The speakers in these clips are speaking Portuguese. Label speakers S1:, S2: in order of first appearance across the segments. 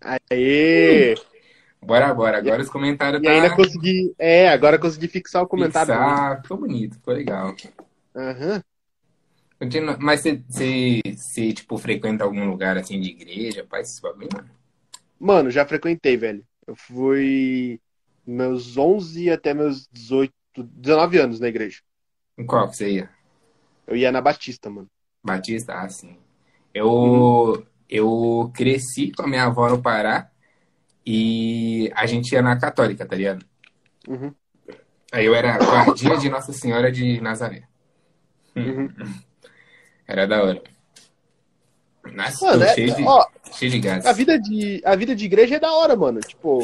S1: Aê!
S2: Bora, bora. Agora os comentários
S1: E ainda consegui. É, agora consegui fixar o comentário.
S2: Hum, tá. fixar. Ficou bonito, ficou legal.
S1: Aham.
S2: Continua- Mas você- você, você, tipo, frequenta algum lugar assim de igreja, faz esse bagulho? mano?
S1: Mano, já frequentei, velho. Eu fui meus 11 até meus 18, 19 anos na igreja.
S2: Em qual que você ia?
S1: Eu ia na Batista, mano.
S2: Batista? Ah, sim. Eu,
S1: Uhum.
S2: eu cresci com a minha avó no Pará e a gente ia na católica, tá ligado?
S1: Uhum.
S2: Aí eu era guardia de Nossa Senhora de Nazaré.
S1: Uhum.
S2: Era da hora. Nossa,
S1: Mano,
S2: tô
S1: é-
S2: cheio, de,
S1: ó,
S2: cheio de gás.
S1: a vida de, a vida de igreja é da hora, mano. Tipo,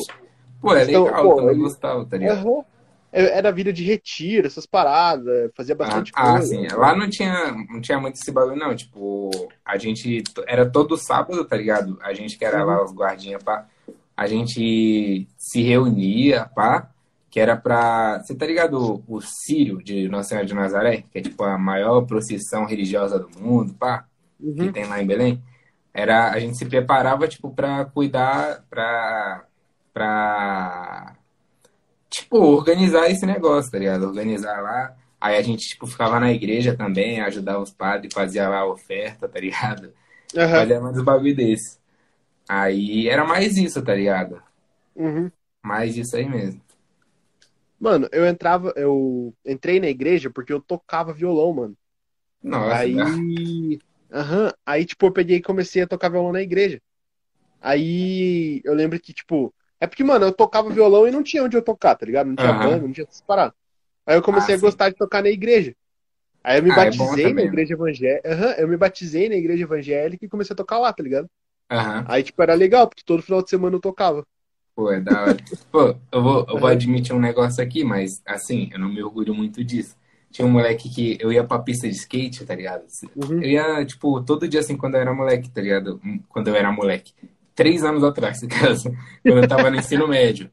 S2: Pô, é
S1: Então,
S2: legal,
S1: pô,
S2: eu também
S1: eu-
S2: gostava, tá ligado?
S1: aham. É- era vida de retiro, essas paradas, fazia bastante
S2: Ah, ah,
S1: coisa. então.
S2: sim. Lá não tinha, não tinha muito esse bagulho, não. Tipo, a gente. Era todo sábado, tá ligado? A gente que era lá,
S1: Uhum.
S2: os guardinhas, pá. A gente se reunia, pá. Que era pra. Você tá ligado? o- O Sírio de Nossa Senhora de Nazaré, que é tipo a maior procissão religiosa do mundo, pá. Que
S1: Uhum.
S2: tem lá em Belém. Era, a gente se preparava, tipo, pra cuidar, pra. pra. Tipo, organizar esse negócio, tá ligado? Organizar lá. Aí a gente, tipo, ficava na igreja também, ajudava os padres, fazia lá a oferta, tá ligado?
S1: Aham.
S2: Fazia mais um bagulho desse. Aí era mais isso, tá ligado?
S1: Uhum.
S2: Mais isso aí mesmo.
S1: Mano, eu entrava, eu entrei na igreja porque eu tocava violão, mano.
S2: Nossa, né?
S1: aí,
S2: cara.
S1: aham, aí tipo eu peguei e comecei a tocar violão na igreja. Aí eu lembro que tipo, é porque mano, eu tocava violão e não tinha onde eu tocar, tá ligado? Não tinha
S2: Aham.
S1: banda, não tinha essas paradas. Aí eu comecei
S2: Ah,
S1: a
S2: sim.
S1: gostar de tocar na igreja. Aí eu me
S2: Ah, é bom
S1: batizei na
S2: também, né?
S1: igreja evangélica. Aham, eu me batizei na igreja evangélica e comecei a tocar lá, tá ligado?
S2: Aham.
S1: Aí tipo era legal, porque todo final de semana eu tocava.
S2: Pô, é da hora. Pô, eu vou, eu vou admitir um negócio aqui, mas assim, eu não me orgulho muito disso. Tinha um moleque que eu ia pra pista de skate, tá ligado?
S1: Uhum.
S2: Eu ia, tipo, todo dia assim, quando eu era moleque, tá ligado? Hum, Quando eu era moleque. Três anos atrás, tá ligado? Quando eu tava no ensino médio.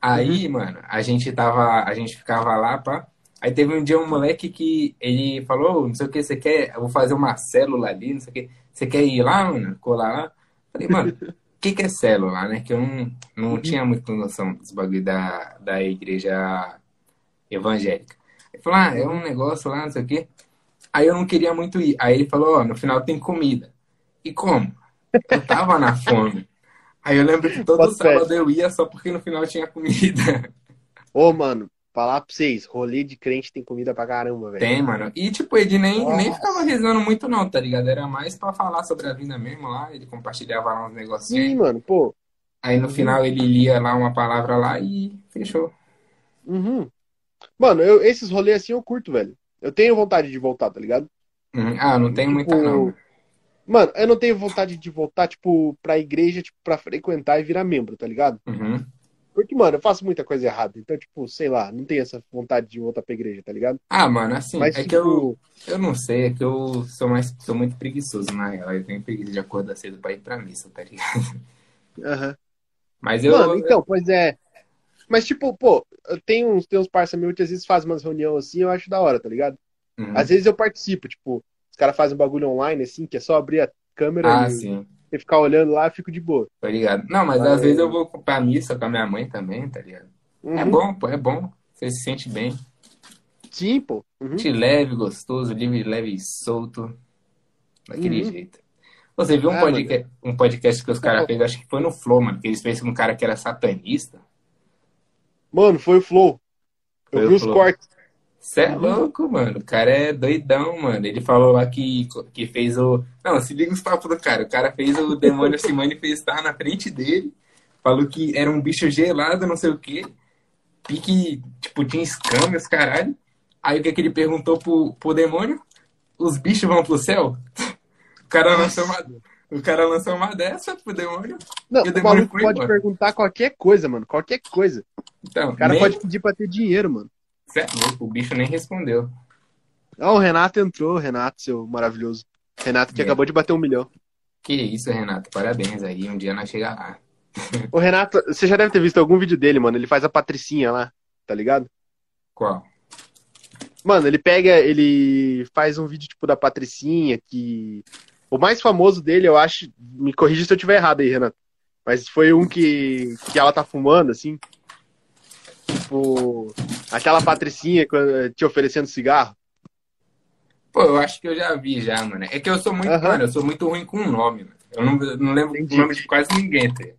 S2: Aí, mano, a gente tava, a gente ficava lá, pá. Aí teve um dia um moleque que ele falou, "Ô, não sei o que, você quer, eu vou fazer uma célula ali, não sei o que. Você quer ir lá, mano? Colar lá? Falei, mano, o que que é célula, né? Que eu não, não tinha muita noção dos bagulho da, da igreja evangélica. Ele falou, ah, é um negócio lá, não sei o quê. Aí eu não queria muito ir. Aí ele falou, ó, no final tem comida. E como? Eu tava na fome. Aí eu lembro que todo
S1: Bota fé.
S2: sábado eu ia só porque no final tinha comida.
S1: Ô, mano, falar pra vocês, rolê de crente tem comida pra caramba, velho.
S2: Tem, mano. E tipo, ele nem, nem
S1: Nossa.
S2: ficava rezando muito não, tá ligado? Era mais pra falar sobre a vida mesmo lá. Ele compartilhava lá uns
S1: Sim,
S2: negocinhos.
S1: mano, pô.
S2: Aí no final ele lia lá uma palavra lá e fechou.
S1: Uhum. Mano, eu, esses rolês assim eu curto, velho. Eu tenho vontade de voltar, tá ligado? Tipo,
S2: Uhum. Ah, não tem muita não.
S1: Mano, eu não tenho vontade de voltar, tipo, pra igreja, tipo, pra frequentar e virar membro, tá ligado?
S2: Uhum.
S1: Porque, mano, eu faço muita coisa errada. Então, tipo, sei lá, não tenho essa vontade de voltar pra igreja, tá ligado?
S2: Ah, mano, assim,
S1: Mas,
S2: é
S1: tipo,
S2: que eu, eu não sei, é que eu sou mais, sou muito preguiçoso, na real. Eu tenho preguiça de acordar cedo pra ir pra missa, tá ligado?
S1: aham.
S2: Mas eu.
S1: Mano, então, pois é. Mas, tipo, pô, eu tenho uns, tenho uns parça meu que às vezes fazem umas reuniões assim, eu acho da hora, tá ligado?
S2: Uhum.
S1: Às vezes eu participo, tipo, os caras fazem um bagulho online, assim, que é só abrir a câmera
S2: Ah,
S1: e,
S2: sim,
S1: e ficar olhando lá, eu fico de boa.
S2: tô ligado. Não, mas
S1: Mas-
S2: às vezes eu vou pra missa com a minha mãe também, tá ligado? É
S1: Uhum.
S2: bom, pô, é bom. Você se sente bem.
S1: Sim, pô. Uhum.
S2: Te leve, gostoso, livre, leve e solto. Daquele
S1: Uhum.
S2: jeito. Pô, Você viu um,
S1: Ah,
S2: podca- um podcast que os caras
S1: Pô.
S2: fez, acho que foi no Flow, mano, que eles fez com um cara que era satanista.
S1: Mano, foi o Flow. Eu
S2: Foi
S1: vi
S2: o
S1: os
S2: Flow.
S1: cortes.
S2: Você é
S1: Uhum.
S2: louco, mano. O cara é doidão, mano. Ele falou lá que, que fez o. Não, se liga os papos do cara. O cara fez o demônio se manifestar na frente dele. Falou que era um bicho gelado, não sei o quê. Pique, tipo, tinha escama, e os caralho. Aí o que, que ele perguntou pro, pro demônio? Os bichos vão pro céu? O cara lançou uma, o cara lançou uma dessa pro demônio.
S1: Não,
S2: E o
S1: o
S2: demônio
S1: maluco
S2: foi
S1: pode
S2: embora.
S1: perguntar qualquer coisa, mano. Qualquer coisa.
S2: Então,
S1: O cara
S2: nem-
S1: pode pedir pra ter dinheiro, mano.
S2: Cê é louco, o bicho nem respondeu.
S1: Ó, Ah, o Renato entrou, Renato, seu maravilhoso. Renato que
S2: É.
S1: acabou de bater um milhão.
S2: Que isso, Renato. Parabéns aí. Um dia nós chega lá.
S1: Ô, Renato, você já deve ter visto algum vídeo dele, mano. Ele faz a patricinha lá, tá ligado?
S2: Qual?
S1: Mano, ele pega, ele faz um vídeo tipo da patricinha que. O mais famoso dele, eu acho. Me corrija se eu tiver errado aí, Renato. Mas foi um que, que ela tá fumando, assim. Tipo, aquela patricinha quando- te oferecendo cigarro.
S2: Pô, eu acho que eu já vi já, mano. É que eu sou muito,
S1: Aham.
S2: mano, eu sou muito ruim com nome, mano. Eu não, eu não lembro
S1: Entendi.
S2: o nome de quase ninguém, tá? ligado?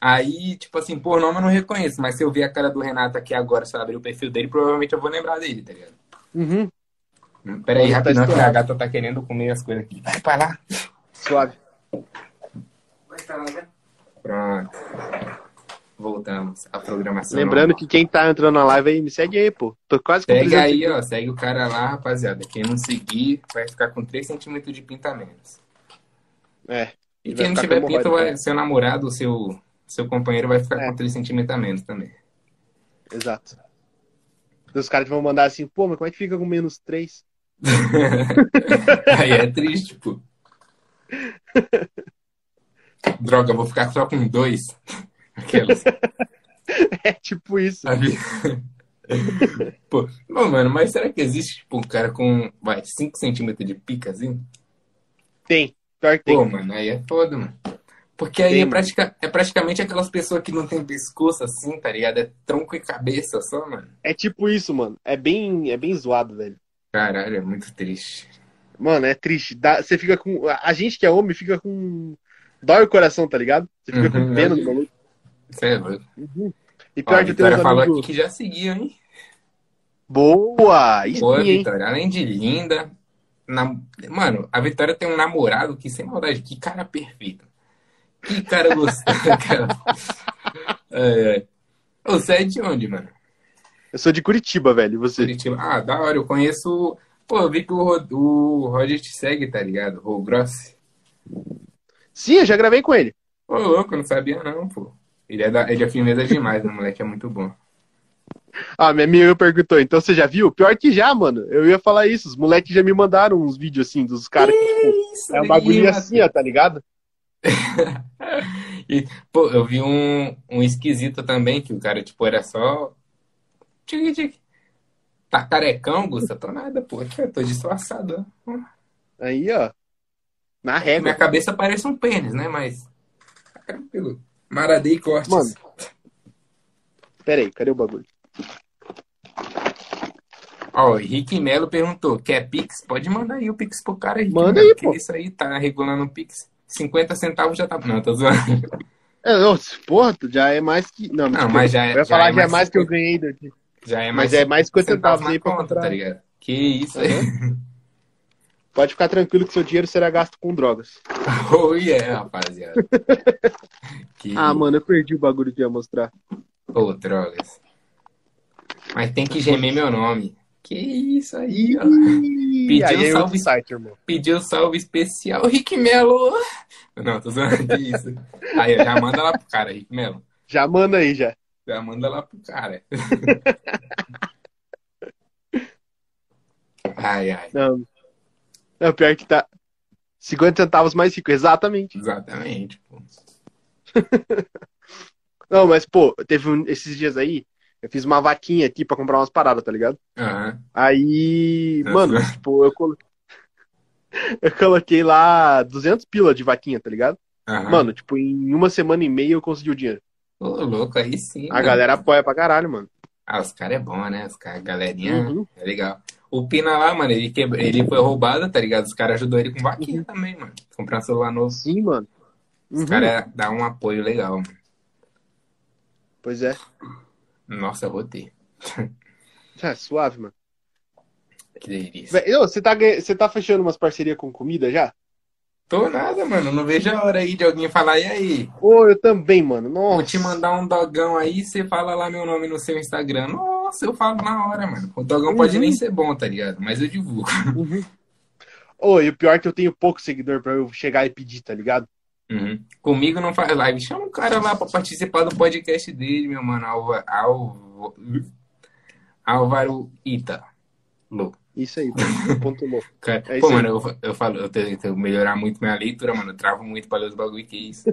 S2: Aí, tipo assim, por nome eu não reconheço, mas se eu ver a cara do Renato aqui agora, se eu abrir o perfil dele, provavelmente eu vou lembrar dele, tá ligado?
S1: Uhum,
S2: Hum, Pera aí,
S1: Tá
S2: rapidão, que a
S1: estourado.
S2: gata tá querendo comer as coisas aqui. Vai pra lá.
S1: suave.
S2: Vai pra lá, né? Pronto. Voltamos à programação.
S1: Lembrando que quem tá entrando na live aí, me segue aí, pô. Tô quase com
S2: Segue
S1: 300
S2: aí, ó. Segue o cara lá, rapaziada. Quem não seguir vai ficar com 3 centímetros de pinta a menos.
S1: É.
S2: E
S1: Ele
S2: quem
S1: vai
S2: não
S1: ficar
S2: tiver
S1: com
S2: pinta,
S1: hemorroida,
S2: vai, seu namorado, ou seu, seu companheiro vai ficar
S1: É.
S2: com 3 centímetros a menos também.
S1: Exato. Os caras que vão mandar assim, pô, mas como é que fica com menos 3?
S2: aí é triste, pô. Droga, eu vou ficar só com dois. Aquelas.
S1: É tipo isso.
S2: Sabe? Pô, não, mano, mas será que existe, tipo, um cara com, vai, 5 centímetros de pica, assim?
S1: Tem. Pior que tem.
S2: Pô, mano, aí é foda, mano. Porque aí
S1: Tem,
S2: é,
S1: mano.
S2: pratica- é praticamente aquelas pessoas que não tem pescoço, assim, tá ligado? É tronco e cabeça só, mano.
S1: É tipo isso, mano. É bem, é bem zoado, velho.
S2: Caralho, é muito triste.
S1: Mano, é triste. Dá- você fica com. A gente que é homem fica com. Dói o coração, tá ligado? Você fica
S2: Uhum,
S1: com pena
S2: né?
S1: do maluco. Uhum.
S2: Você é louco.
S1: E
S2: Ó,
S1: pior
S2: a
S1: que tem uns
S2: Vitória falou
S1: amigos.
S2: aqui que já seguiu, hein?
S1: Boa! Isso
S2: Boa,
S1: sim, hein?
S2: Vitória. Além de linda. nam- Mano, a Vitória tem um namorado que, sem maldade, que cara perfeito. Que cara gostoso, cara. É, é. Ô, Você é de onde, mano?
S1: Eu sou de Curitiba, velho. E você?
S2: Curitiba. Ah, da hora, eu conheço. Pô, eu vi que o, Ro- o Roger te segue, tá ligado? O Grossi.
S1: Sim, eu já gravei com ele.
S2: Ô, louco, eu não sabia não, pô. Ele é, da... ele é firmeza demais, o moleque é muito bom.
S1: Ah, minha amiga perguntou, então você já viu? Pior que já, mano. Eu ia falar isso. Os moleques já me mandaram uns vídeos assim dos caras que, tipo,
S2: Isso
S1: é um
S2: aí,
S1: bagulho
S2: mano.
S1: assim, ó, tá ligado?
S2: Pô, eu vi um, um esquisito também, que o cara, tipo, era só. Tic, tic. Tá carecão, Gusta? Tô nada, pô. Aqui, eu tô disfarçado. ó.
S1: Aí, ó. Na régua.
S2: Minha cabeça parece um pênis, né? Mas. tá Tranquilo. Maradei cortes.
S1: Mano. Pera aí, cadê o bagulho?
S2: Ó, o Henrique Melo perguntou: quer Pix? Pode mandar aí o Pix pro cara aí.
S1: Manda aí, pô.
S2: Isso aí tá regulando o Pix. 50 centavos já tá. Não, tô zoando.
S1: É, não, porra, tu já é mais que. Não,
S2: Não, mas já é-
S1: Eu ia
S2: já
S1: falar já
S2: é
S1: é
S2: mais
S1: mais que eu ganhei daqui.
S2: Já é mais
S1: Mas é mais 50
S2: centavos
S1: centavos
S2: na
S1: aí pra
S2: conta, tá
S1: comprar.
S2: ligado? Que isso aí.
S1: Aham. Pode ficar tranquilo que seu dinheiro será gasto com drogas.
S2: Oh, yeah, rapaziada. Que
S1: Ah, mano, eu perdi o bagulho que eu ia mostrar.
S2: Ô, drogas. Mas tem que gemer meu nome. Que isso aí, ó.
S1: Ih,
S2: Pediu
S1: aí é
S2: salve.
S1: outro site, irmão.
S2: Pediu salve especial, Rick Melo. Não, tô zoando. Que isso. Aí, ó, já manda lá pro cara, Rick Melo.
S1: Já manda aí, já.
S2: Já manda lá pro cara. Ai, ai.
S1: Não. Não, pior que tá. 50 centavos mais rico, exatamente.
S2: Exatamente, pô.
S1: Não, mas, pô, teve um- esses dias aí, eu fiz uma vaquinha aqui pra comprar umas paradas, tá ligado?
S2: Aham.
S1: Aí,
S2: Nossa.
S1: mano, tipo, eu, colo... eu coloquei lá 200 pila de vaquinha, tá ligado?
S2: Aham.
S1: Mano, tipo, em uma semana e meia eu consegui o dinheiro.
S2: Ô, louco, aí sim.
S1: A
S2: mano.
S1: galera apoia pra caralho, mano.
S2: Ah, os caras é bom, né? Os caras, galerinha,
S1: Uhum.
S2: é legal. O Pina lá, mano, ele, quebra... ele foi roubado, tá ligado? Os caras ajudou ele com vaquinha também, mano. Comprar um celular novo.
S1: Sim, mano.
S2: Os
S1: Uhum.
S2: caras dão um apoio legal, mano.
S1: Pois é.
S2: Nossa, eu rotei.
S1: Tá, suave, mano.
S2: Que delícia.
S1: Vé, ô, Você tá, ganha- você tá fechando umas parcerias com comida já?
S2: Tô nada, mano. Não vejo a hora aí de alguém falar, e aí?
S1: Ô, eu também, mano. Nossa.
S2: Vou te mandar um dogão aí, você fala lá meu nome no seu Instagram. Nossa, eu falo na hora, mano. O dogão pode
S1: Uhum.
S2: nem ser bom, tá ligado? Mas eu divulgo.
S1: Uhum. Ô, e o pior é que eu tenho pouco seguidor pra eu chegar e pedir, tá ligado?
S2: Uhum. Comigo não faz live. Chama um cara lá pra participar do podcast dele, meu mano. Alva, Alvo, Álvaro Ita. Lou.
S1: Isso aí, ponto louco.
S2: Cara,
S1: É isso
S2: Pô,
S1: aí.
S2: mano, eu, eu falo, eu tenho que melhorar muito minha leitura, mano. Eu travo muito pra ler os bagulho, que isso.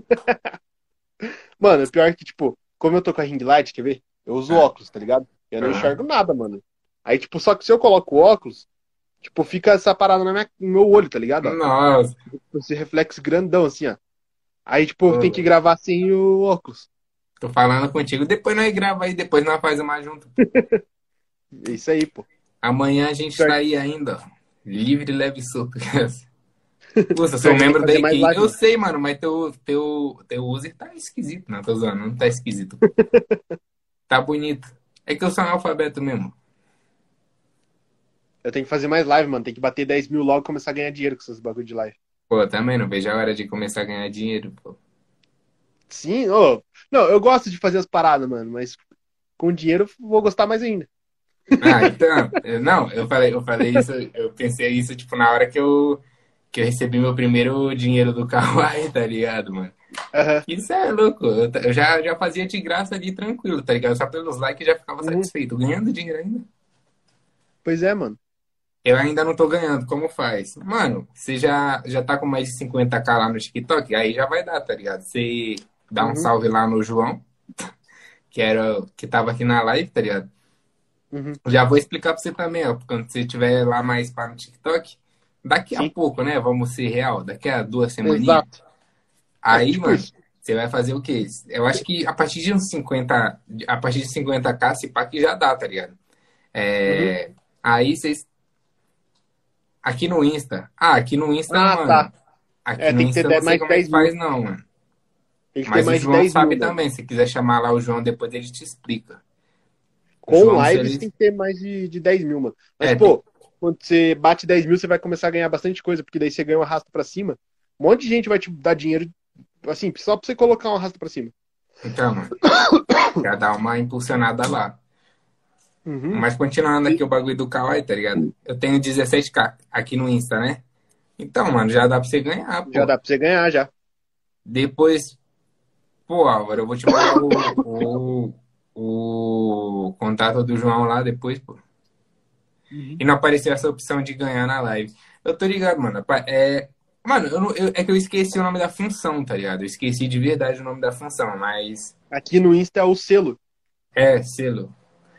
S1: Mano, o pior é que, tipo, como eu tô com a ring light, quer ver? Eu uso
S2: Ah.
S1: óculos, tá ligado? Eu não
S2: Ah.
S1: enxergo nada, mano. Aí, tipo, só que se eu coloco o óculos, tipo,
S2: Ah.
S1: fica essa parada na minha- no meu olho, tá ligado? ó?
S2: Nossa,
S1: Esse reflexo grandão, assim, ó. Aí, tipo, eu tenho
S2: Ah.
S1: que gravar sem o óculos.
S2: Tô falando contigo. Depois nós grava aí, depois nós faz uma junto.
S1: É Isso aí, pô.
S2: Amanhã a gente
S1: Certo.
S2: tá aí ainda, ó. Livre, leve e solto. Nossa, eu sou um
S1: Certo, tem que
S2: membro da
S1: fazer mais
S2: equipe.
S1: live,
S2: Eu
S1: mano.
S2: sei, mano, mas teu, teu, teu user tá esquisito. Não, tô usando, não tá esquisito. tá bonito. É que eu sou analfabeto mesmo.
S1: Eu tenho que fazer mais live, mano. Tem que bater 10 mil logo e começar a ganhar dinheiro com esses bagulho de live.
S2: Pô, também não vejo a hora de começar a ganhar dinheiro, pô.
S1: Sim, ô. Não, eu gosto de fazer as paradas, mano, mas com dinheiro eu vou gostar mais ainda.
S2: Ah, então, eu- não, eu falei, eu falei isso, eu pensei isso, tipo, na hora que eu, que eu recebi meu primeiro dinheiro do Kawaii, tá ligado, mano?
S1: Aham.
S2: Isso é louco. Eu, ta- eu já, já fazia de graça ali tranquilo, tá ligado? Só pelos likes já ficava
S1: Uhum.
S2: satisfeito. Ganhando dinheiro ainda?
S1: Pois é, mano.
S2: Eu ainda não tô ganhando, como faz? Mano, você já, já tá com mais de 50k lá no TikTok? Aí já vai dar, tá ligado? Você dá um
S1: Uhum.
S2: salve lá no João, que era, que tava aqui na live, tá ligado?
S1: Uhum.
S2: Já vou explicar pra você também, ó. Quando você tiver lá mais para no TikTok, daqui a
S1: Sim.
S2: pouco, né? Vamos ser real, daqui a duas semaninhas.
S1: Exato.
S2: Aí,
S1: É tipo
S2: mano,
S1: isso.
S2: você vai fazer o quê? Eu acho que a partir de uns 50, a partir de 50k, se pá que já dá, tá ligado? É,
S1: Uhum.
S2: Aí vocês. Aqui no Insta. Ah, aqui no Insta,
S1: Ah,
S2: mano.
S1: tá.
S2: Aqui
S1: É,
S2: no
S1: tem que ter
S2: Insta eu não sei
S1: mais
S2: como é que
S1: 10 mil.
S2: faz, não, mano.
S1: Tem que ter
S2: Mas o
S1: mais de
S2: João
S1: 10
S2: sabe
S1: mil, né? mano.
S2: também. Se quiser chamar lá o João, depois ele te explica. O
S1: Com
S2: João, se
S1: lives
S2: ele-
S1: tem que ter mais de, de 10 mil, mano. Mas,
S2: É,
S1: pô, quando você bate 10 mil, você vai começar a ganhar bastante coisa, porque daí você ganha um arrasto pra cima. Um monte de gente vai te dar dinheiro, assim, só pra você colocar um arrasto pra cima.
S2: Então, mano, já dá uma impulsionada lá.
S1: Uhum.
S2: Mas continuando aqui o bagulho do Kawaii, tá ligado? Eu tenho 17k aqui no Insta, né? Então, mano, já dá pra você ganhar, pô.
S1: Já dá pra você ganhar, já.
S2: Depois, pô, Álvaro, eu vou te mandar o, o, o contato do João lá depois, pô. E não apareceu essa opção de ganhar na live. Eu tô ligado, mano. apa- É, mano, eu não- eu- é que eu esqueci o nome da função, tá ligado? Eu esqueci de verdade o nome da função, mas.
S1: Aqui no Insta é o selo.
S2: É, selo.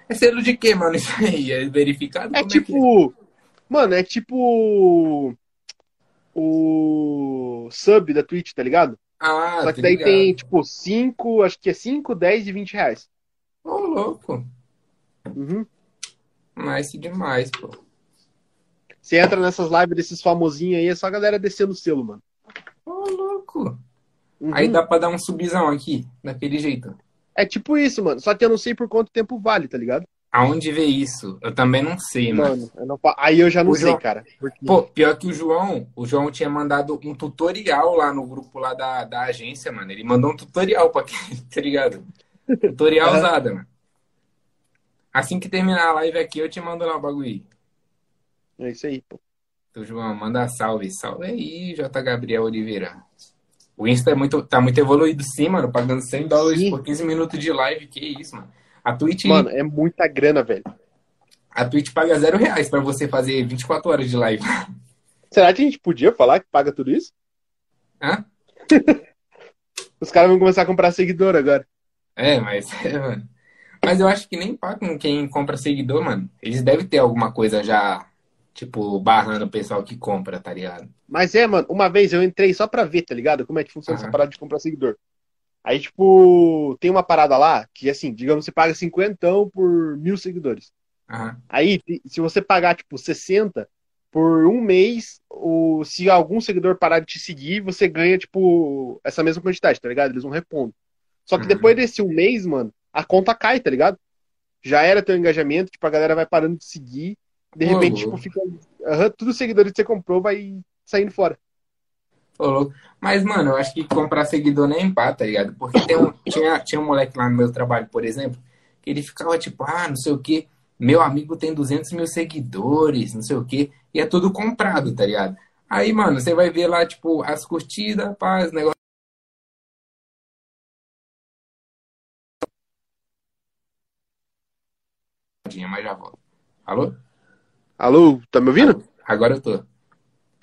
S2: É selo de quê, mano? Isso aí? É verificado?
S1: É
S2: Como é que é?
S1: tipo. Mano, é tipo. O sub da Twitch, tá ligado?
S2: Ah,
S1: Só
S2: tô
S1: que daí
S2: ligado.
S1: tem, tipo, 5, acho que é 5, 10 e 20 reais.
S2: Ô, louco.
S1: Uhum.
S2: Nice demais, pô.
S1: Você entra nessas lives desses famosinhos aí, é só a galera descendo o selo, mano.
S2: Ô, louco.
S1: Uhum.
S2: Aí dá pra dar um subzão aqui, daquele jeito.
S1: É tipo isso, mano. Só que eu não sei por quanto tempo vale, tá ligado?
S2: Aonde vê isso? Eu também não sei, mano.
S1: Mano, eu não fa- aí eu já não
S2: Ô,
S1: sei,
S2: João.
S1: cara. Porque...
S2: Pô, pior que o João, o João tinha mandado um tutorial lá no grupo lá da, da agência, mano. Ele mandou um tutorial pra quem, tá ligado? Tutorial
S1: Aham.
S2: usada, mano. Assim que terminar a live aqui, eu te mando lá o bagulho. aí.
S1: É isso aí, pô.
S2: Então, João, manda salve. Salve aí, J. Gabriel Oliveira. O Insta é muito, tá muito evoluído, sim, mano. Pagando 100 dólares
S1: Sim.
S2: por 15 minutos de live. Que isso, mano. A Twitch,
S1: Mano, é muita grana, velho.
S2: a Twitch paga zero reais pra você fazer 24 horas de live.
S1: Será que a gente podia falar que paga tudo isso?
S2: Hã?
S1: Os caras vão começar a comprar seguidor agora.
S2: É, mas, é, mano. Mas eu acho que nem pagam quem compra seguidor, mano. Eles devem ter alguma coisa já, tipo, barrando o pessoal que compra, tá ligado?
S1: Mas é, mano, uma vez eu entrei só pra ver, tá ligado? Como é que funciona
S2: Aham.
S1: essa parada de comprar seguidor. Aí, tipo, tem uma parada lá que, assim, digamos, você paga cinquentão por mil seguidores.
S2: Aham.
S1: Aí, te- se você pagar, tipo, 60 por um mês, ou se algum seguidor parar de te seguir, você ganha, tipo, essa mesma quantidade, tá ligado? Eles vão repondo. Só que
S2: Uhum.
S1: depois desse um mês, mano, a conta cai, tá ligado? Já era teu engajamento, tipo, a galera vai parando de seguir. De
S2: Ô,
S1: repente, tipo,
S2: louco.
S1: fica. Aham, tudo os seguidores que você comprou vai saindo fora.
S2: Ô, louco. Mas, mano, eu acho que comprar seguidor nem pá, tá ligado? Porque tem um, tinha, tinha um moleque lá no meu trabalho, por exemplo, que ele ficava tipo, ah, não sei o quê, meu amigo tem 200 mil seguidores, não sei o quê, e é tudo comprado, tá ligado? Aí, mano, você vai ver lá, tipo, as curtidas, pá, os negócios. Mas já volto. Alô?
S1: Alô, tá me ouvindo?
S2: Agora eu tô.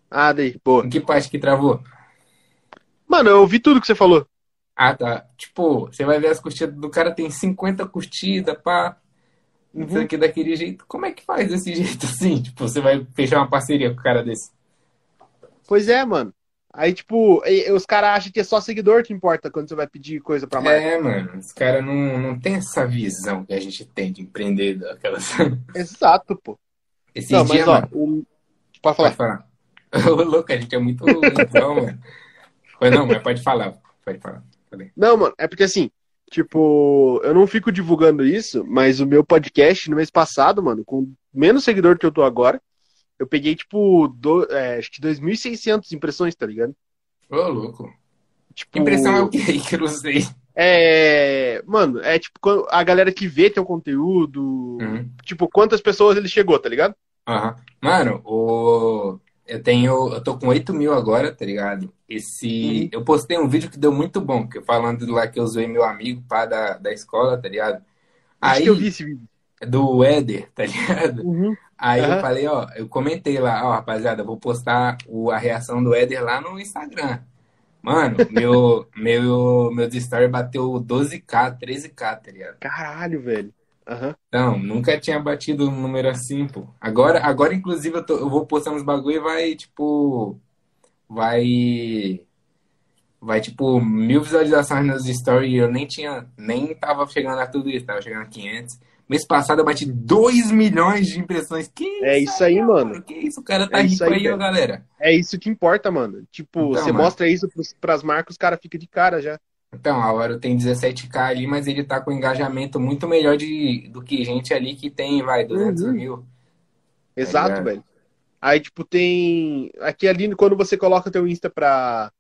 S1: Ah, daí, boa.
S2: Em que parte que travou?
S1: Mano, eu ouvi tudo que você falou.
S2: Ah, tá. Tipo, você vai ver as curtidas do cara, tem 50 curtidas, pá. Não
S1: Uhum.
S2: sei o que daquele jeito. Como é que faz desse jeito assim? Tipo, você vai fechar uma parceria com o cara desse.
S1: Pois é, mano. Aí, tipo, e- e os caras acham que é só seguidor que importa quando você vai pedir coisa pra marca.
S2: É, mano, os caras não, não tem essa visão que a gente tem de empreendedor. Aquelas...
S1: Exato, pô.
S2: Esses
S1: Não,
S2: dias,
S1: mas ó,
S2: mano,
S1: o- pode falar.
S2: pode falar. Ô, louco, a gente é muito então, mano. Mas não, mas pode falar, pode falar.
S1: Não, mano, é porque assim, tipo, eu não fico divulgando isso, mas o meu podcast no mês passado, mano, com menos seguidor que eu tô agora, eu peguei, tipo, do, é, acho que 2.600 impressões, tá ligado?
S2: Ô, louco.
S1: Tipo,
S2: Que impressão é o que aí que eu não sei?
S1: é, mano, é tipo quando- a galera que vê teu conteúdo,
S2: Uhum.
S1: tipo, quantas pessoas ele chegou, tá ligado?
S2: Aham. Mano, o... eu tenho. Eu tô com 8 mil agora, tá ligado? Esse.
S1: Uhum.
S2: Eu postei um vídeo que deu muito bom, que eu falando lá que eu zoei meu amigo, pá, da, da escola, tá ligado?
S1: Acho
S2: Aí, é
S1: que eu vi esse vídeo. Uhum.
S2: do Éder, tá ligado? Aí eu
S1: Aham.
S2: falei, ó, eu comentei lá, ó, rapaziada, eu vou postar o, a reação do Éder lá no Instagram. Mano, meu, meu, meu story bateu 12k, 13k, tá ligado?
S1: Caralho, velho. Aham.
S2: Não, nunca tinha batido um número assim, pô. Agora, agora inclusive, eu, tô- eu vou postar uns bagulho e vai, tipo. Vai. Vai, tipo, mil visualizações nos stories e eu nem tinha. Nem tava chegando a tudo isso, tava chegando a 500. Mês passado eu bati 2 milhões de impressões. Que isso?
S1: É isso aí, mano.
S2: Que isso? O cara tá
S1: É
S2: rico
S1: isso aí,
S2: aí, ó,
S1: velho.
S2: galera.
S1: É isso que importa, mano. Tipo,
S2: Então,
S1: você
S2: mano.
S1: mostra isso pros, pras marcas, os caras ficam de cara já.
S2: Então, a Auro tem 17k ali, mas ele tá com engajamento muito melhor de, do que gente ali que tem, vai, 200
S1: Uhum.
S2: mil.
S1: Exato,
S2: Tá ligado?
S1: velho. Aí, tipo, tem. Aqui ali, quando você coloca teu Insta pra,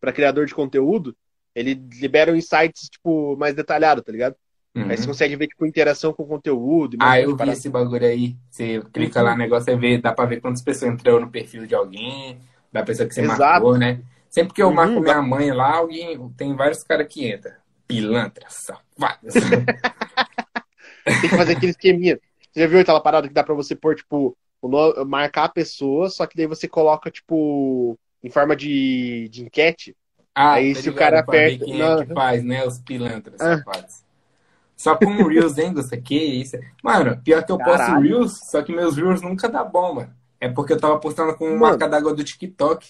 S1: pra criador de conteúdo, ele libera um insights, tipo, mais detalhado, tá ligado?
S2: Uhum.
S1: Aí você consegue ver, tipo, interação com o conteúdo. e mais
S2: Ah,
S1: um monte
S2: eu
S1: de Uhum.
S2: vi
S1: parada.
S2: esse bagulho aí. Você clica lá no negócio e vê, dá pra ver quantas pessoas entrou no perfil de alguém, da pessoa que você
S1: Exato.
S2: marcou, né? Sempre que eu
S1: Uhum,
S2: marco
S1: dá-
S2: minha mãe lá, alguém tem vários caras que entram. Pilantra, safado.
S1: Tem que fazer aquele esqueminha. Você já viu aquela parada que dá pra você pôr, tipo, o no- marcar a pessoa, só que daí você coloca, tipo, em forma de, de enquete.
S2: Ah,
S1: Aí
S2: tá
S1: se o
S2: ligado,
S1: cara
S2: pra ver
S1: aperta-
S2: quem
S1: Não.
S2: é que faz, né? Os pilantras,
S1: Ah.
S2: safados. Só com Reels, hein, Gusta? Que isso? Mano, pior que eu posto
S1: Caralho.
S2: Reels, só que meus Reels nunca dá bom, mano. É porque eu tava postando com
S1: Mano.
S2: marca d'água do TikTok.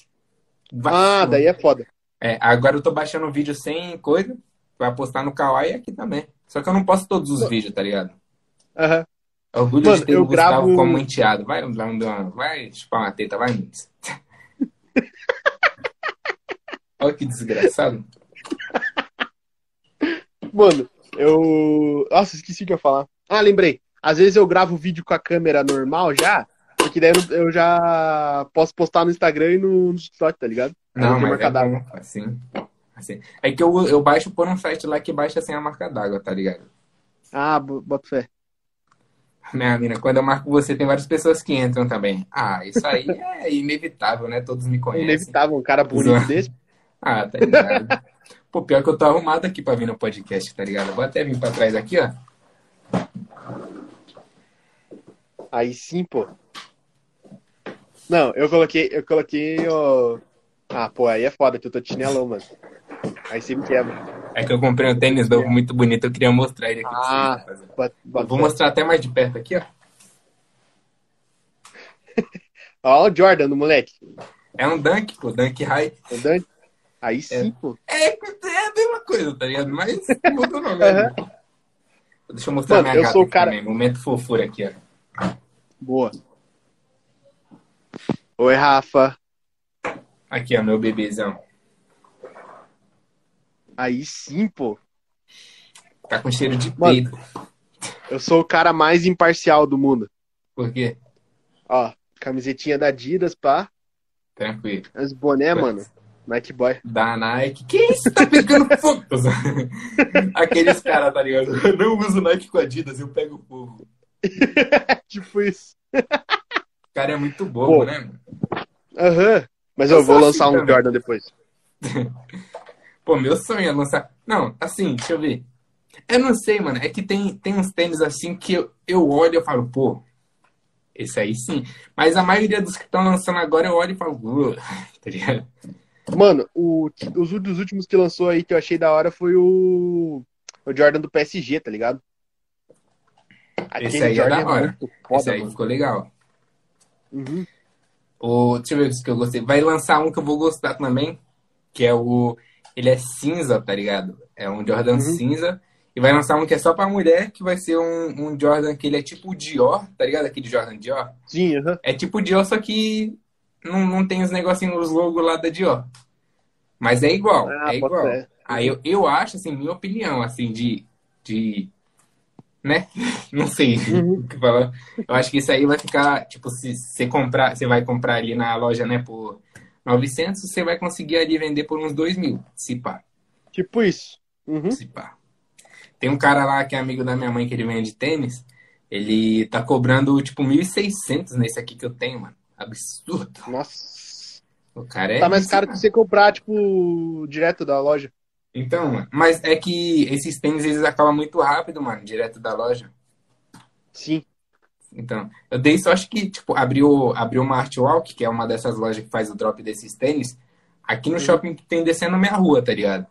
S1: Ah,
S2: Vacilo.
S1: daí é foda.
S2: É, agora eu tô baixando um vídeo sem coisa, vai postar no Kawaii aqui também. Só que eu não posto todos os vídeos, tá ligado?
S1: Aham.
S2: Orgulho
S1: Mano,
S2: de ter
S1: eu
S2: o um Gustavo
S1: gravo-
S2: como enteado. Vai, vai, me dar uma- vai chupar uma teta, vai, Mendes. Olha que desgraçado.
S1: Mano, eu. Nossa, esqueci o que eu ia falar. Ah, lembrei. Às vezes eu gravo vídeo com a câmera normal já, porque daí eu- eu já posso postar no Instagram e no, no TikTok, tá ligado? Aí
S2: Não,
S1: tem
S2: mas
S1: marca
S2: é
S1: d'água.
S2: bom, assim. assim. É que eu, eu baixo por um site lá que baixa sem a marca d'água, tá ligado?
S1: Ah, bo- bota fé.
S2: Minha mina, quando eu marco você, tem várias pessoas que entram também. Ah, isso aí é inevitável, né? Todos me
S1: É
S2: conhecem.
S1: inevitável um cara bonito
S2: Zoando.
S1: desse.
S2: Ah, tá ligado. Pô, pior que eu tô arrumado aqui pra vir no podcast, tá ligado? Vou até vir pra trás aqui, ó.
S1: Aí sim, pô. Não, eu coloquei, eu coloquei o. Ah, pô, aí é foda que eu tô de chinelão, mano. Aí você me quebra.
S2: É que eu comprei um tênis novo muito bonito, eu queria mostrar ele aqui pra vocês,
S1: Ah.
S2: rapaziada.
S1: Bota,
S2: Eu
S1: bota
S2: Vou
S1: fé.
S2: mostrar até mais de perto aqui, ó.
S1: Ó, o Jordan, no moleque.
S2: É um Dunk, pô, Dunk High.
S1: O Dante. Aí sim, pô.
S2: É, é a mesma coisa, tá ligado? Mas mudou o nome. né? Deixa eu mostrar
S1: Mano,
S2: minha
S1: eu
S2: gata
S1: sou o
S2: aqui
S1: cara-
S2: também. Momento fofura aqui, ó.
S1: Boa. Oi, Rafa.
S2: Aqui, ó, meu bebezão.
S1: Aí sim, pô.
S2: Tá com cheiro de
S1: Mano.
S2: peito.
S1: Eu sou o cara mais imparcial do mundo.
S2: Por quê?
S1: Ó, camisetinha da Adidas, pá.
S2: Tranquilo.
S1: Os boné, mano. Nike Boy.
S2: Da Nike. Que isso? Tá pegando fogo? Aqueles caras, tá ligado? Eu não uso Nike com Adidas, eu pego fogo.
S1: tipo isso.
S2: O cara é muito bobo,
S1: Pô.
S2: né, mano?
S1: Aham. Mas eu,
S2: Eu
S1: vou
S2: sou
S1: lançar
S2: assim
S1: um
S2: também.
S1: Jordan depois.
S2: Pô, meu sonho é lançar. Não, assim, deixa eu ver. Eu não sei, mano. É que tem, tem uns tênis assim que eu, eu olho e eu falo, pô, esse aí sim. Mas a maioria dos que estão lançando agora eu olho e falo, "Uh", tá ligado?
S1: Mano, o, os um dos últimos que lançou aí que eu achei da hora foi o, o Jordan do PSG, tá ligado?
S2: Esse aí é da hora.
S1: muito
S2: esse
S1: foda,
S2: aí
S1: mano.
S2: ficou legal.
S1: Uhum.
S2: O, deixa eu ver os que eu gostei. Vai lançar um que eu vou gostar também, que é o. Ele é cinza, tá ligado? É um Jordan
S1: Uhum.
S2: cinza. E vai lançar um que é só pra mulher, que vai ser um, um Jordan que ele é tipo o Dior, tá ligado? Aquele Jordan Dior.
S1: Sim, aham.
S2: É tipo o Dior, só que não, não tem os negocinhos, os logos lá da Dior. Mas é igual,
S1: Ah,
S2: é
S1: pode
S2: igual.
S1: ser.
S2: Aí eu, eu acho, assim, minha opinião, assim, de. de né? Não sei
S1: Uhum.
S2: o que falar. Tipo, Eu acho que isso aí vai ficar, tipo, se você comprar, você vai comprar ali na loja, né, por 900, você vai conseguir ali vender por uns 2 mil, se pá,
S1: Tipo isso. Uhum.
S2: se pá. Tem um cara lá que é amigo da minha mãe, que ele vende tênis, ele tá cobrando, tipo, 1.600 nesse aqui que eu tenho, mano. Absurdo.
S1: Nossa.
S2: O cara é
S1: tá mais
S2: isso,
S1: caro
S2: mano.
S1: que você comprar, tipo, direto da loja.
S2: Então, mano, mas é que esses tênis, eles acabam muito rápido, mano, direto da loja.
S1: Sim.
S2: Então, eu dei isso, acho que, tipo, abriu, abriu uma Artwalk, que é uma dessas lojas que faz o drop desses tênis, aqui no
S1: Uhum.
S2: shopping que tem descendo minha rua, tá ligado?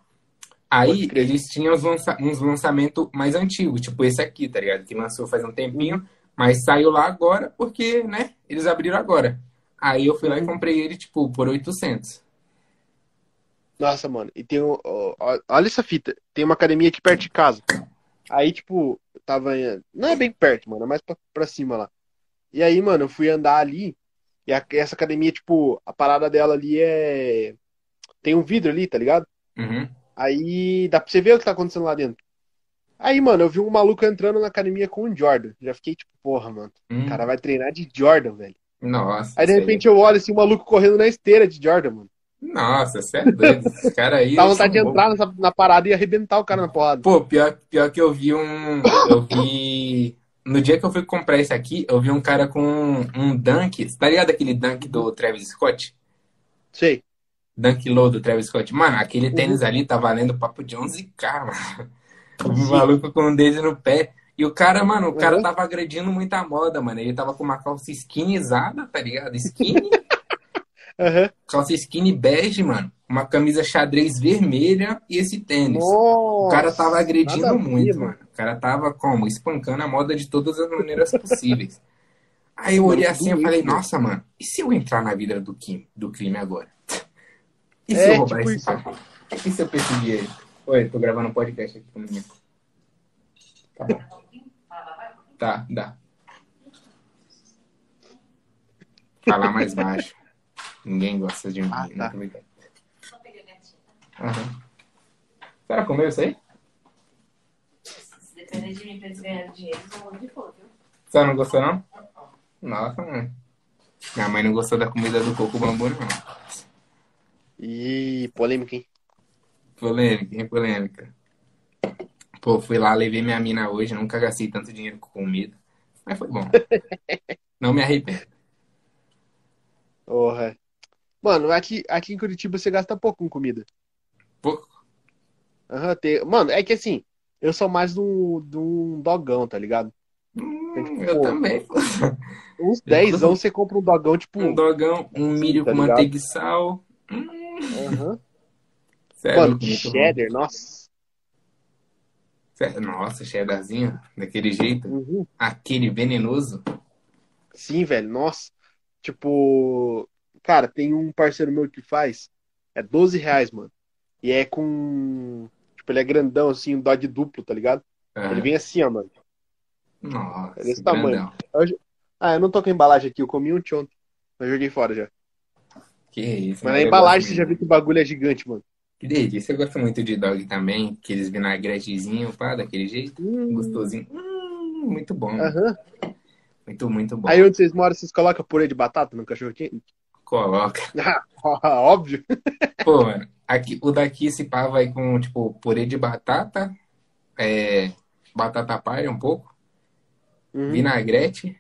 S2: Aí
S1: Pode crer.
S2: eles tinham uns, lança uns lançamentos mais antigos, tipo esse aqui, tá ligado? Que lançou faz um tempinho, mas saiu lá agora porque, né, eles abriram agora. Aí eu fui lá e
S1: Uhum.
S2: comprei ele, tipo, por 800.
S1: Nossa, mano. E tem um. ó, ó, Olha essa fita. Tem uma academia aqui perto de casa. Aí, tipo, eu tava. em- Não é bem perto, mano. É mais pra, pra cima lá. E aí, mano, eu fui andar ali. E a- essa academia, tipo, a parada dela ali é. Tem um vidro ali, tá ligado?
S2: Uhum.
S1: Aí dá pra você ver o que tá acontecendo lá dentro. Aí, mano, eu vi um maluco entrando na academia com um Jordan. Já fiquei tipo, porra, mano.
S2: Hum,
S1: O cara vai treinar de Jordan, velho.
S2: Nossa,
S1: Aí de
S2: isso
S1: repente eu olho assim, um maluco correndo na esteira de Jordan, mano.
S2: Nossa, você é doido. Esse cara aí. um
S1: Dá
S2: eles
S1: vontade de
S2: são bobos.
S1: entrar nessa- na parada e arrebentar o cara na porrada.
S2: Pô, pior, pior que eu vi um. Eu vi. No dia que eu fui comprar esse aqui, eu vi um cara com um, um dunk. Tá ligado aquele dunk do Travis Scott?
S1: Sei.
S2: Dunk low do Travis Scott. Mano, aquele
S1: Uhum.
S2: tênis ali tá valendo papo de 11k, mano. Um
S1: Sim.
S2: maluco com um dedo no pé. E o cara, mano, o cara
S1: Uhum.
S2: tava agredindo muita moda, mano. Ele tava com uma calça skinnyzada, tá ligado? Skinny.
S1: Aham.
S2: calça skinny bege, mano. Uma camisa xadrez vermelha e esse tênis. O cara tava agredindo muito, mano. O cara tava como? Espancando a moda de todas as maneiras possível. Aí eu olhei assim e falei, nossa, mano, e se eu entrar na vida do crime, do crime agora? E se
S1: É,
S2: eu roubar
S1: tipo
S2: esse
S1: isso.
S2: carro? E se eu perseguir ele? Oi, tô gravando um podcast aqui comigo. Tá bom. Tá, dá. Falar mais baixo. Ninguém gosta de mim.
S1: Ah, tá.
S2: não tô brincando. Aham. Será que comeu isso aí?
S3: Se depender de mim pra eles ganharem dinheiro, eles vão de fogo, viu?
S2: Você não gostou, não? Nossa, mãe. Minha mãe não gostou da comida do coco bambu, não.
S1: Ih, polêmica, hein?
S2: Polêmica, hein? Polêmica. Pô, fui lá, levei minha mina hoje, nunca gastei tanto dinheiro com comida. Mas foi bom. Não me arrependo.
S1: Porra. Mano, aqui, aqui em Curitiba você gasta pouco com comida.
S2: Pouco.
S1: Aham, tem- Mano, é que assim, eu sou mais de um, de um dogão, tá ligado?
S2: Hum, eu
S1: Pô.
S2: também. pô.
S1: Uns 10 anos você compra um dogão, tipo.
S2: Um dogão, um milho
S1: Tá
S2: com
S1: ligado?
S2: manteiga e sal. Hum,
S1: Aham.
S2: sério,
S1: Mano,
S2: muito bom.
S1: cheddar, nossa.
S2: Sério, Nossa, cheddarzinho, daquele jeito.
S1: Uhum.
S2: Aquele venenoso.
S1: Sim, velho, nossa. Tipo, cara, tem um parceiro meu que faz, é 12 reais, mano. E é com. Tipo, ele é grandão, assim, um dodge duplo, tá ligado?
S2: Ah,
S1: Ele vem assim, ó, mano.
S2: Nossa,
S1: desse tamanho.
S2: grandão.
S1: Ah, eu não tô com a embalagem aqui, eu comi um ontem, mas joguei fora já.
S2: Que isso.
S1: Mas na
S2: né? Eu
S1: embalagem
S2: gosto
S1: você já
S2: muito.
S1: viu que o bagulho é gigante, mano.
S2: Que delícia. Eu gosto muito de dog também. Aqueles vinagretezinhos, pá, daquele jeito. um
S1: Hum,
S2: Gostosinho. Hum, muito bom.
S1: Aham.
S2: Muito, muito bom.
S1: Aí onde vocês moram, vocês colocam purê de batata no cachorro quente? Ah,
S2: Coloca.
S1: Óbvio.
S2: Pô, mano, aqui, o daqui esse pá vai com, tipo, purê de batata, é, batata palha um pouco,
S1: Uhum.
S2: vinagrete.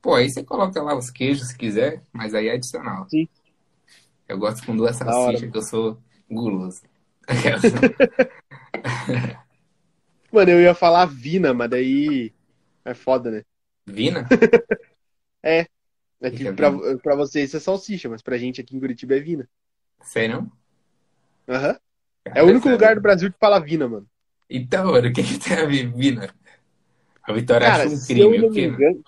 S2: Pô, aí você coloca lá os queijos se quiser, mas aí é adicional.
S1: Sim.
S2: Eu gosto com duas
S1: Da hora,
S2: salsichas, que eu sou guloso.
S1: Mano, eu ia falar vina, mas daí. É foda, né?
S2: Vina?
S1: É
S2: Que
S1: que
S2: que é
S1: pra,
S2: vina?
S1: pra vocês é salsicha, mas pra gente aqui em Curitiba é vina.
S2: Sério?
S1: Aham. É o único lugar do Brasil que fala vina, mano.
S2: Então, mano, o que que tem a ver, Vina? A Vitória
S1: Cara,
S2: achou um
S1: se eu
S2: crime,
S1: não
S2: o
S1: me
S2: quê? mano?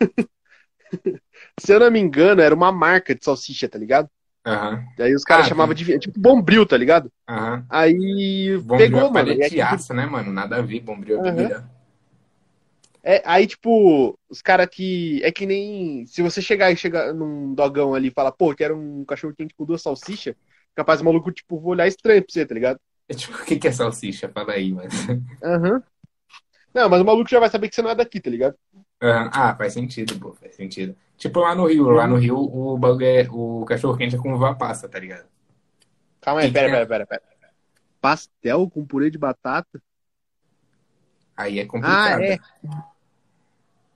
S1: engano. se eu não me engano, era uma marca de salsicha, tá ligado?
S2: Aham,
S1: Aí os caras
S2: Ah,
S1: chamavam de. Tipo bombril, tá ligado?
S2: aham.
S1: Aí
S2: Bombril
S1: pegou,
S2: é
S1: mano. E aí, tipo,
S2: palete de aço, né, mano? Nada a ver, bombril é
S1: Aham.
S2: bebida.
S1: É, aí, tipo, os caras que. É que nem. Se você chegar e chegar num dogão ali e falar, pô, quero um cachorro quente com duas salsichas, capaz o maluco, tipo, vou olhar estranho pra você, tá ligado?
S2: É tipo, o que que é salsicha? Fala aí, mano.
S1: Aham. Não, mas o maluco já vai saber que você não é daqui, tá ligado?
S2: Aham. Ah, faz sentido, pô, faz sentido. Tipo lá no Rio, lá no Rio o bagulho é, o cachorro quente é com uva passa, tá ligado?
S1: Calma aí,
S2: Que
S1: pera,
S2: que
S1: pera, pera, pera. Pastel com purê de batata?
S2: Aí é
S1: Ah,
S2: complicado.
S1: é.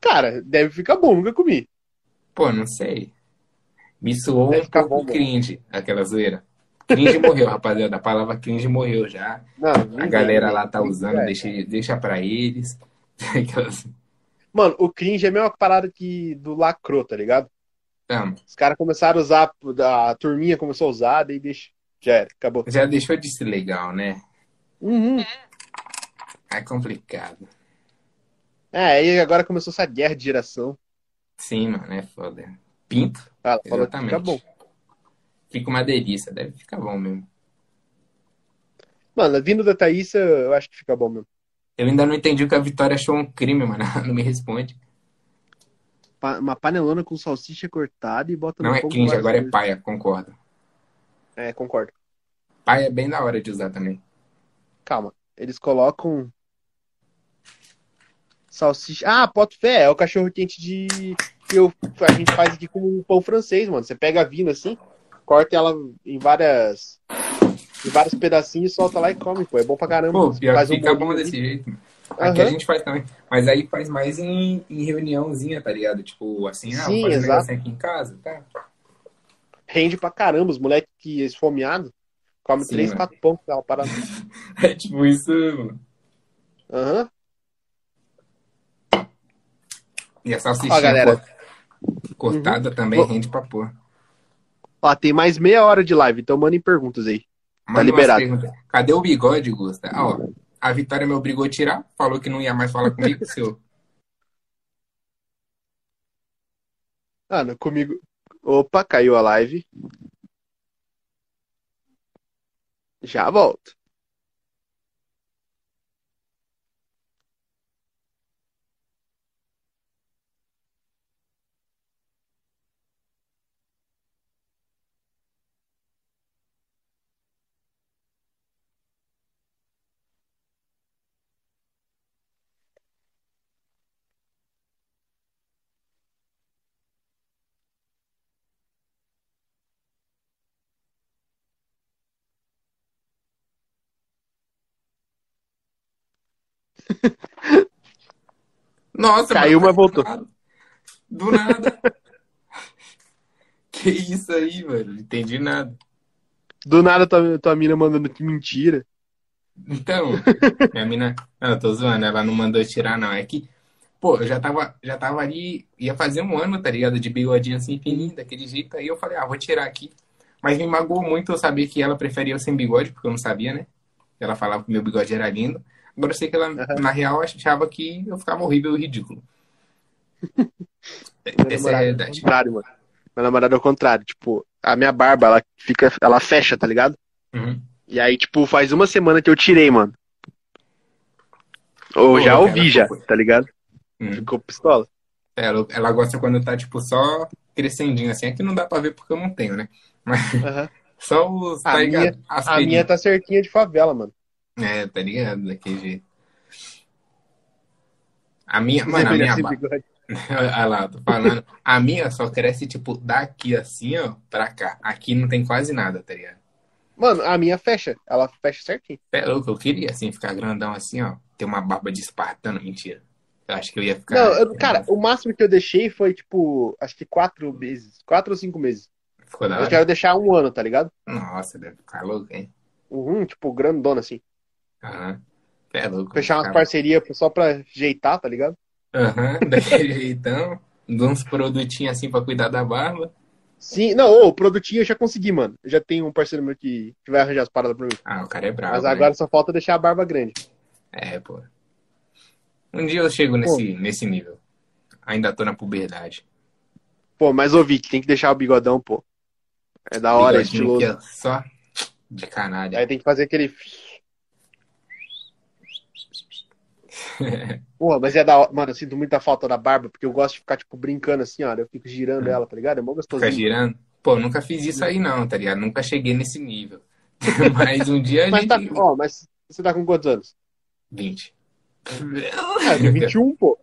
S1: Cara, deve ficar bom, nunca comi.
S2: Pô, não sei. Me soou
S1: Deve
S2: um
S1: ficar
S2: pouco
S1: bom,
S2: cringe, aquela zoeira. Cringe morreu, rapaziada. A palavra cringe morreu já.
S1: Não,
S2: A galera lá tá
S1: ninguém- né? é,
S2: usando, deixa, deixa pra eles. Aquelas-
S1: Mano, o cringe é a mesma parada que do lacro, tá ligado?
S2: Não,
S1: Os caras começaram a usar, a turminha começou a usar, daí deixa. Já era, acabou.
S2: já deixou de ser legal, né?
S1: Uhum.
S2: É complicado.
S1: É, aí agora começou essa guerra de geração.
S2: Sim, mano, é foda. Pinto?
S1: Ela falou que
S2: Exatamente.
S1: fica bom.
S2: Fica uma delícia, deve ficar bom mesmo.
S1: Mano, vindo da Thaís, eu acho que fica bom mesmo.
S2: Eu ainda não entendi o que a Vitória achou um crime, mano. Ela não me responde.
S1: Pa- uma panelona com salsicha cortada e bota
S2: Não
S1: no
S2: é
S1: fogo
S2: cringe,
S1: várias
S2: agora é
S1: vezes.
S2: paia, concordo.
S1: É, concordo.
S2: Paia é bem da hora de usar também.
S1: Calma. Eles colocam. Salsicha. Ah, pote fé, é o cachorro quente de. que eu, a gente faz aqui com um pão francês, mano. Você pega a vina assim, corta ela em várias. em vários pedacinhos, solta lá e come, pô. É bom pra caramba.
S2: Pô, pior
S1: Faz
S2: que fica bom
S1: bolinho
S2: desse
S1: ali.
S2: jeito. mano. Aqui
S1: Aham.
S2: a gente faz também. Mas aí faz mais em, em reuniãozinha, tá ligado? Tipo, assim, ah,
S1: Sim,
S2: vou fazer um
S1: exato.
S2: negocinho aqui em casa, tá?
S1: Rende pra caramba, os moleques que esfomeados. Come
S2: Sim,
S1: três,
S2: mano.
S1: quatro pão, que dá uma parada.
S2: É tipo isso, mano.
S1: Aham.
S2: E a
S1: Ó,
S2: salsichinha
S1: galera. Uhum.
S2: cor- cortada também
S1: Vou-
S2: rende pra pôr.
S1: Ó, tem mais meia hora de live, então mandem perguntas aí.
S2: Manda umas
S1: Tá liberado.
S2: perguntas. Cadê o bigode, Gusta? Ah, ó, a Vitória me obrigou a tirar, falou que não ia mais falar comigo, seu.
S1: Mano, Ah, comigo. Opa, caiu a live. Já volto.
S2: Nossa,
S1: Caiu,
S2: mano,
S1: mas tá voltou.
S2: do nada. Do nada. que isso aí, mano? Não entendi nada.
S1: Do nada tua, tua mina mandando que mentira.
S2: Então, minha mina. Não, eu tô zoando, ela não mandou tirar, não. É que, pô, eu já tava, já tava ali, ia fazer um ano, tá ligado? De bigodinho assim, fininho, daquele jeito. Aí eu falei, ah, vou tirar aqui. Mas me magoou muito eu saber que ela preferia eu sem bigode, porque eu não sabia, né? Ela falava que meu bigode era lindo. Agora eu sei que ela, na real, achava que eu ficava horrível e ridículo.
S1: Meu
S2: Essa é a
S1: namorado é o
S2: realidade.
S1: contrário, mano. Meu namorado é o contrário. Tipo, a minha barba, ela fica. Ela fecha, tá ligado?
S2: Uhum.
S1: E aí, tipo, faz uma semana que eu tirei, mano. Ou
S2: Pô,
S1: já
S2: cara,
S1: ouvi, já,
S2: foi.
S1: tá ligado?
S2: Uhum.
S1: Ficou pistola.
S2: Ela, ela gosta quando tá, tipo, só crescendinho assim. É que não dá pra ver porque eu não tenho, né?
S1: Aham.
S2: Só os,
S1: A
S2: tá ligado? As
S1: A
S2: pelinhas.
S1: minha tá certinha de favela, mano.
S2: É, tá ligado? Daquele jeito. A minha,
S1: Você
S2: mano, a
S1: vê
S2: minha
S1: esse
S2: barba.
S1: bigode?
S2: Olha lá, tô falando. A minha só cresce, tipo, daqui assim, ó, pra cá. Aqui não tem quase nada, tá ligado?
S1: Mano, a minha fecha. Ela fecha certinho.
S2: É louco, eu queria, assim, ficar grandão assim, ó. Ter uma barba de espartano, mentira. Eu acho que eu ia ficar.
S1: Não, eu- cara, o máximo que eu deixei foi, tipo, acho que quatro meses. Quatro ou cinco meses.
S2: Ficou da
S1: Eu
S2: hora?
S1: quero deixar um ano, tá ligado?
S2: Nossa, deve ficar louco, hein?
S1: Uhum, tipo, grandona, assim.
S2: Aham. É louco.
S1: Fechar umas
S2: cara.
S1: parcerias só pra ajeitar, tá ligado?
S2: Aham, daquele jeitão. Dou uns produtinhos assim pra cuidar da barba.
S1: Sim, não, ô, o produtinho eu já consegui, mano. Eu já tenho um parceiro meu que, que vai arranjar as paradas pra mim.
S2: Ah, o cara é brabo.
S1: Mas
S2: né?
S1: agora só falta deixar a barba grande.
S2: É, pô. Um dia eu chego nesse, nesse nível. Ainda tô na puberdade.
S1: Pô, mas ô Vic, tem que deixar o bigodão, pô. É da hora, é
S2: Bigodinho
S1: estiloso.
S2: aqui, ó, Só de canalha.
S1: Aí tem que fazer aquele. Porra, mas é da hora. Mano, eu sinto muita falta da barba, porque eu gosto de ficar, tipo, brincando assim, ó. Eu fico girando ela, tá ligado? É mó
S2: Hum. Fica
S1: gostosinho.
S2: girando. Pô, eu nunca fiz isso aí não, tá ligado? Nunca cheguei nesse nível. Mas um dia a
S1: Mas
S2: gente...
S1: tá. Ó, mas você tá com quantos anos?
S2: 20.
S1: Ah, de 21, pô.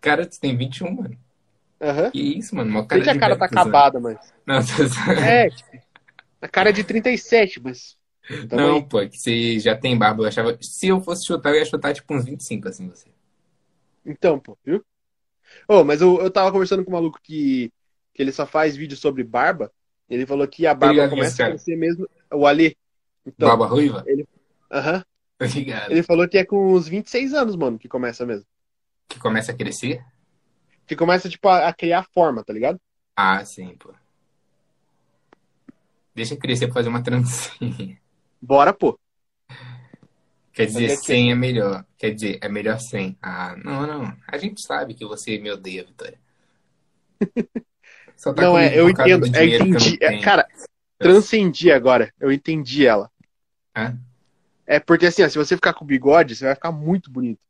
S2: Cara, tu tem 21, mano.
S1: Aham.
S2: Que isso, mano? Mó
S1: Sei
S2: cara é né?
S1: que a
S2: de
S1: cara
S2: velho,
S1: tá
S2: tô zoando.
S1: acabada, mas.
S2: Não, tô zoando.
S1: É, tipo, a cara é de 37, mas. Tamo
S2: Não,
S1: aí.
S2: pô, é que você já tem barba. Eu achava... Se eu fosse chutar, eu ia chutar tipo uns 25, assim, você.
S1: Então, pô, viu? Ô, mas eu, eu tava conversando com um maluco que, que ele só faz vídeo sobre barba. Ele falou que a barba
S2: ligado
S1: começa
S2: nisso, cara.
S1: a crescer mesmo. O Alê. Então,
S2: Barba ruiva?
S1: aham.
S2: Tá ligado?
S1: Ele falou que é com uns 26 anos, mano, que começa mesmo.
S2: Que começa a crescer?
S1: Que começa, tipo, a, a criar forma, tá ligado?
S2: Ah, sim, pô. Deixa crescer pra fazer uma trancinha.
S1: Bora, pô.
S2: Quer dizer,
S1: Mas é que-
S2: 100 é melhor. Quer dizer, é melhor 100. Ah, não, não. A gente sabe que você me odeia, Vitória. Só tá
S1: não, é,
S2: comigo
S1: eu
S2: por causa
S1: entendo.
S2: do
S1: É,
S2: dinheiro que eu não
S1: entendi. É,
S2: tenho.
S1: cara, transcendi agora. Eu entendi ela.
S2: É?
S1: É porque assim, ó, se você ficar com bigode, você vai ficar muito bonito.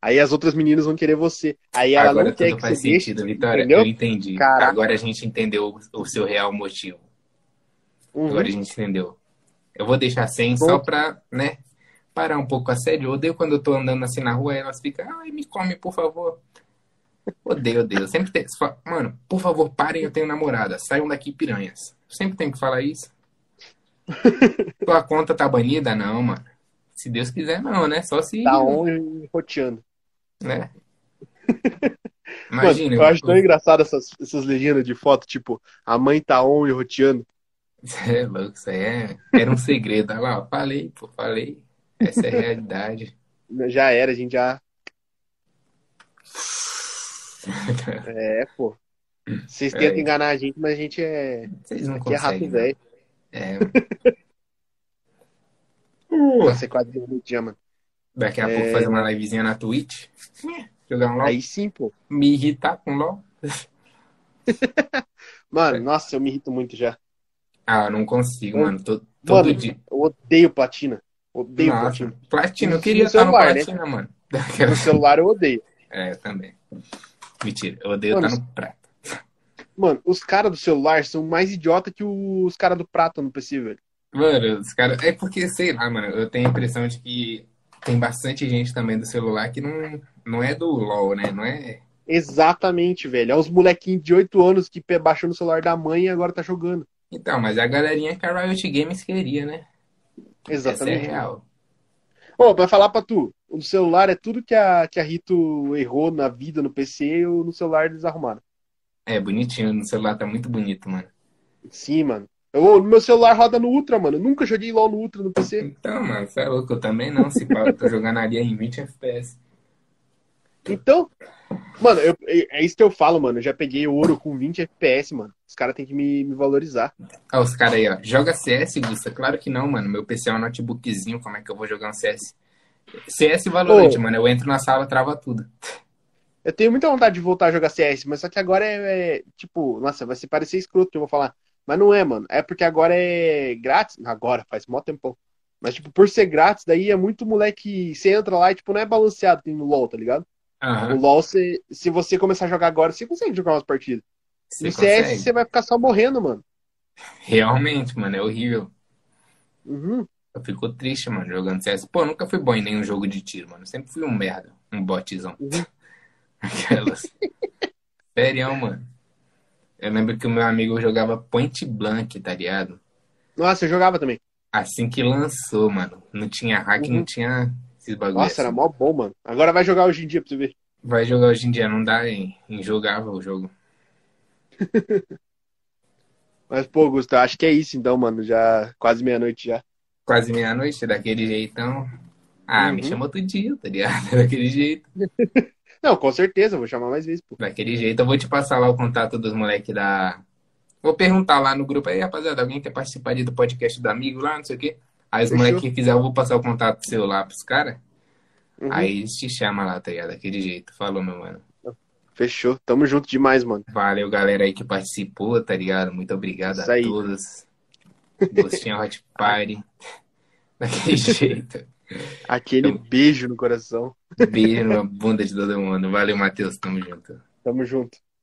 S1: Aí as outras meninas vão querer você. Aí ela
S2: Agora
S1: não quer
S2: tudo
S1: que
S2: faz
S1: você
S2: sentido,
S1: deixe,
S2: Vitória.
S1: entendeu?
S2: Eu entendi.
S1: Caraca.
S2: Agora a gente entendeu o- o seu real motivo.
S1: Uhum.
S2: Agora a gente entendeu. Eu vou deixar 100 só pra, né, parar um pouco a sério. Eu odeio quando eu tô andando assim na rua e elas ficam, ai, me come, por favor. Odeio, odeio. Sempre tem... se fa- Mano, por favor, parem, eu tenho namorada. Saiam daqui, piranhas. Sempre tenho que falar isso. Tua conta tá banida? Não, mano. Se Deus quiser, não, né? Só se...
S1: Tá on e roteando.
S2: né?
S1: Mano,
S2: Imagina,
S1: eu acho tão engraçado essas, essas legendas de foto, tipo, a mãe tá on e roteando.
S2: Isso é louco, isso aí é... era um segredo. Olha lá, ó, falei, pô, falei. Essa é a realidade.
S1: Já era, a gente já. É, pô. Vocês
S2: É.
S1: tentam enganar a gente, mas a gente é.
S2: Vocês não
S1: Aqui é rato
S2: conseguem. né?
S1: velho.
S2: É,
S1: Nossa, é quase de meio-dia, mano.
S2: daqui a pouco fazer uma livezinha na Twitch. Jogar um LOL.
S1: É. Né? Aí sim, pô.
S2: Me irritar com LOL. É.
S1: Mano, nossa, eu me irrito muito já.
S2: Ah, não consigo,
S1: Hum.
S2: mano. Tô, todo
S1: Mano,
S2: dia.
S1: Eu odeio platina. Odeio
S2: Nossa,
S1: platina.
S2: platina. Eu
S1: No
S2: queria estar no
S1: celular, né?
S2: platina, mano.
S1: No celular eu odeio.
S2: É, eu também. Mentira, eu odeio
S1: Mano,
S2: estar no prato.
S1: Mano, os caras do celular são mais idiota que os caras do prata no PC, velho.
S2: Mano, os caras. É porque, sei lá, mano, eu tenho a impressão de que tem bastante gente também do celular que não, não é do LOL, né? Não é.
S1: Exatamente, velho. É os molequinhos de 8 anos que pe- baixou no celular da mãe e agora tá jogando.
S2: Então, mas a galerinha que a Riot Games queria, né? Essa
S1: Exatamente.
S2: é real.
S1: Ô, pra falar pra tu, o celular é tudo que a, que a Rito errou na vida no PC e no celular eles arrumaram.
S2: É, bonitinho, no celular tá muito bonito, mano.
S1: Sim, mano. Eu, meu celular roda no Ultra, mano. Eu nunca joguei LOL no Ultra no PC.
S2: Então, mano, você é louco, eu também não, se pá, eu tô jogando ali em 20 FPS.
S1: Então, mano, eu- eu- é isso que eu falo, mano. Eu já peguei ouro com 20 FPS, mano. Os caras têm que me, me valorizar.
S2: Ó, os caras aí, ó, joga CS, Gusta? Claro que não, mano, meu PC é um notebookzinho, como é que eu vou jogar um CS? CS e Valorant,
S1: Ô.
S2: mano, eu entro na sala, trava tudo.
S1: Eu tenho muita vontade de voltar a jogar CS, mas só que agora é, é, tipo, nossa, vai se parecer escroto que eu vou falar. Mas não é, mano. É porque agora é grátis. Agora, faz mó tempão. Mas, tipo, por ser grátis, daí é muito moleque. Você entra lá e, tipo, não é balanceado que tem no LoL, tá ligado?
S2: Aham,
S1: O LoL, você- se você começar a jogar agora, você consegue jogar umas partidas.
S2: você
S1: No CS,
S2: consegue.
S1: você vai ficar só morrendo, mano.
S2: Realmente, mano, é horrível.
S1: Uhum.
S2: Eu fico triste, mano, jogando CS. Pô, eu nunca fui bom em nenhum jogo de tiro, mano, eu sempre fui um merda, um botzão.
S1: Uhum.
S2: Aquelas. Sério, mano. Eu lembro que o meu amigo jogava Point Blank, tá ligado?
S1: Nossa, eu jogava também.
S2: Assim que lançou, mano. Não tinha hack,
S1: Uhum.
S2: não tinha esses bagulhos.
S1: Nossa, era mó bom, mano. Agora vai jogar hoje em dia pra você ver.
S2: Vai jogar hoje em dia, não dá em injogável o jogo.
S1: Mas, pô, Gustavo, acho que é isso então, mano. Já quase meia-noite já.
S2: Quase meia-noite, daquele jeitão. Ah, me
S1: Uhum.
S2: chama outro dia, tá ligado? Daquele jeito.
S1: Não, com certeza, vou chamar mais vezes, pô.
S2: Daquele jeito. Eu vou te passar lá o contato dos moleques da. Vou perguntar lá no grupo aí, rapaziada, alguém quer participar ali do podcast do amigo lá, não sei o quê. Aí os
S1: Fechou.
S2: moleques que quiser, eu vou passar o contato seu lá pros caras.
S1: Uhum.
S2: Aí eles te chamam lá, tá ligado? Daquele jeito. Falou, meu mano.
S1: Fechou. Tamo junto demais, mano.
S2: Valeu, galera aí que participou, tá ligado? Muito obrigado
S1: Isso
S2: a
S1: aí.
S2: todos. Gostinho Hot Party. Daquele jeito.
S1: Aquele beijo no coração.
S2: Beijo na bunda de todo mundo. Valeu, Matheus. Tamo junto.
S1: Tamo junto.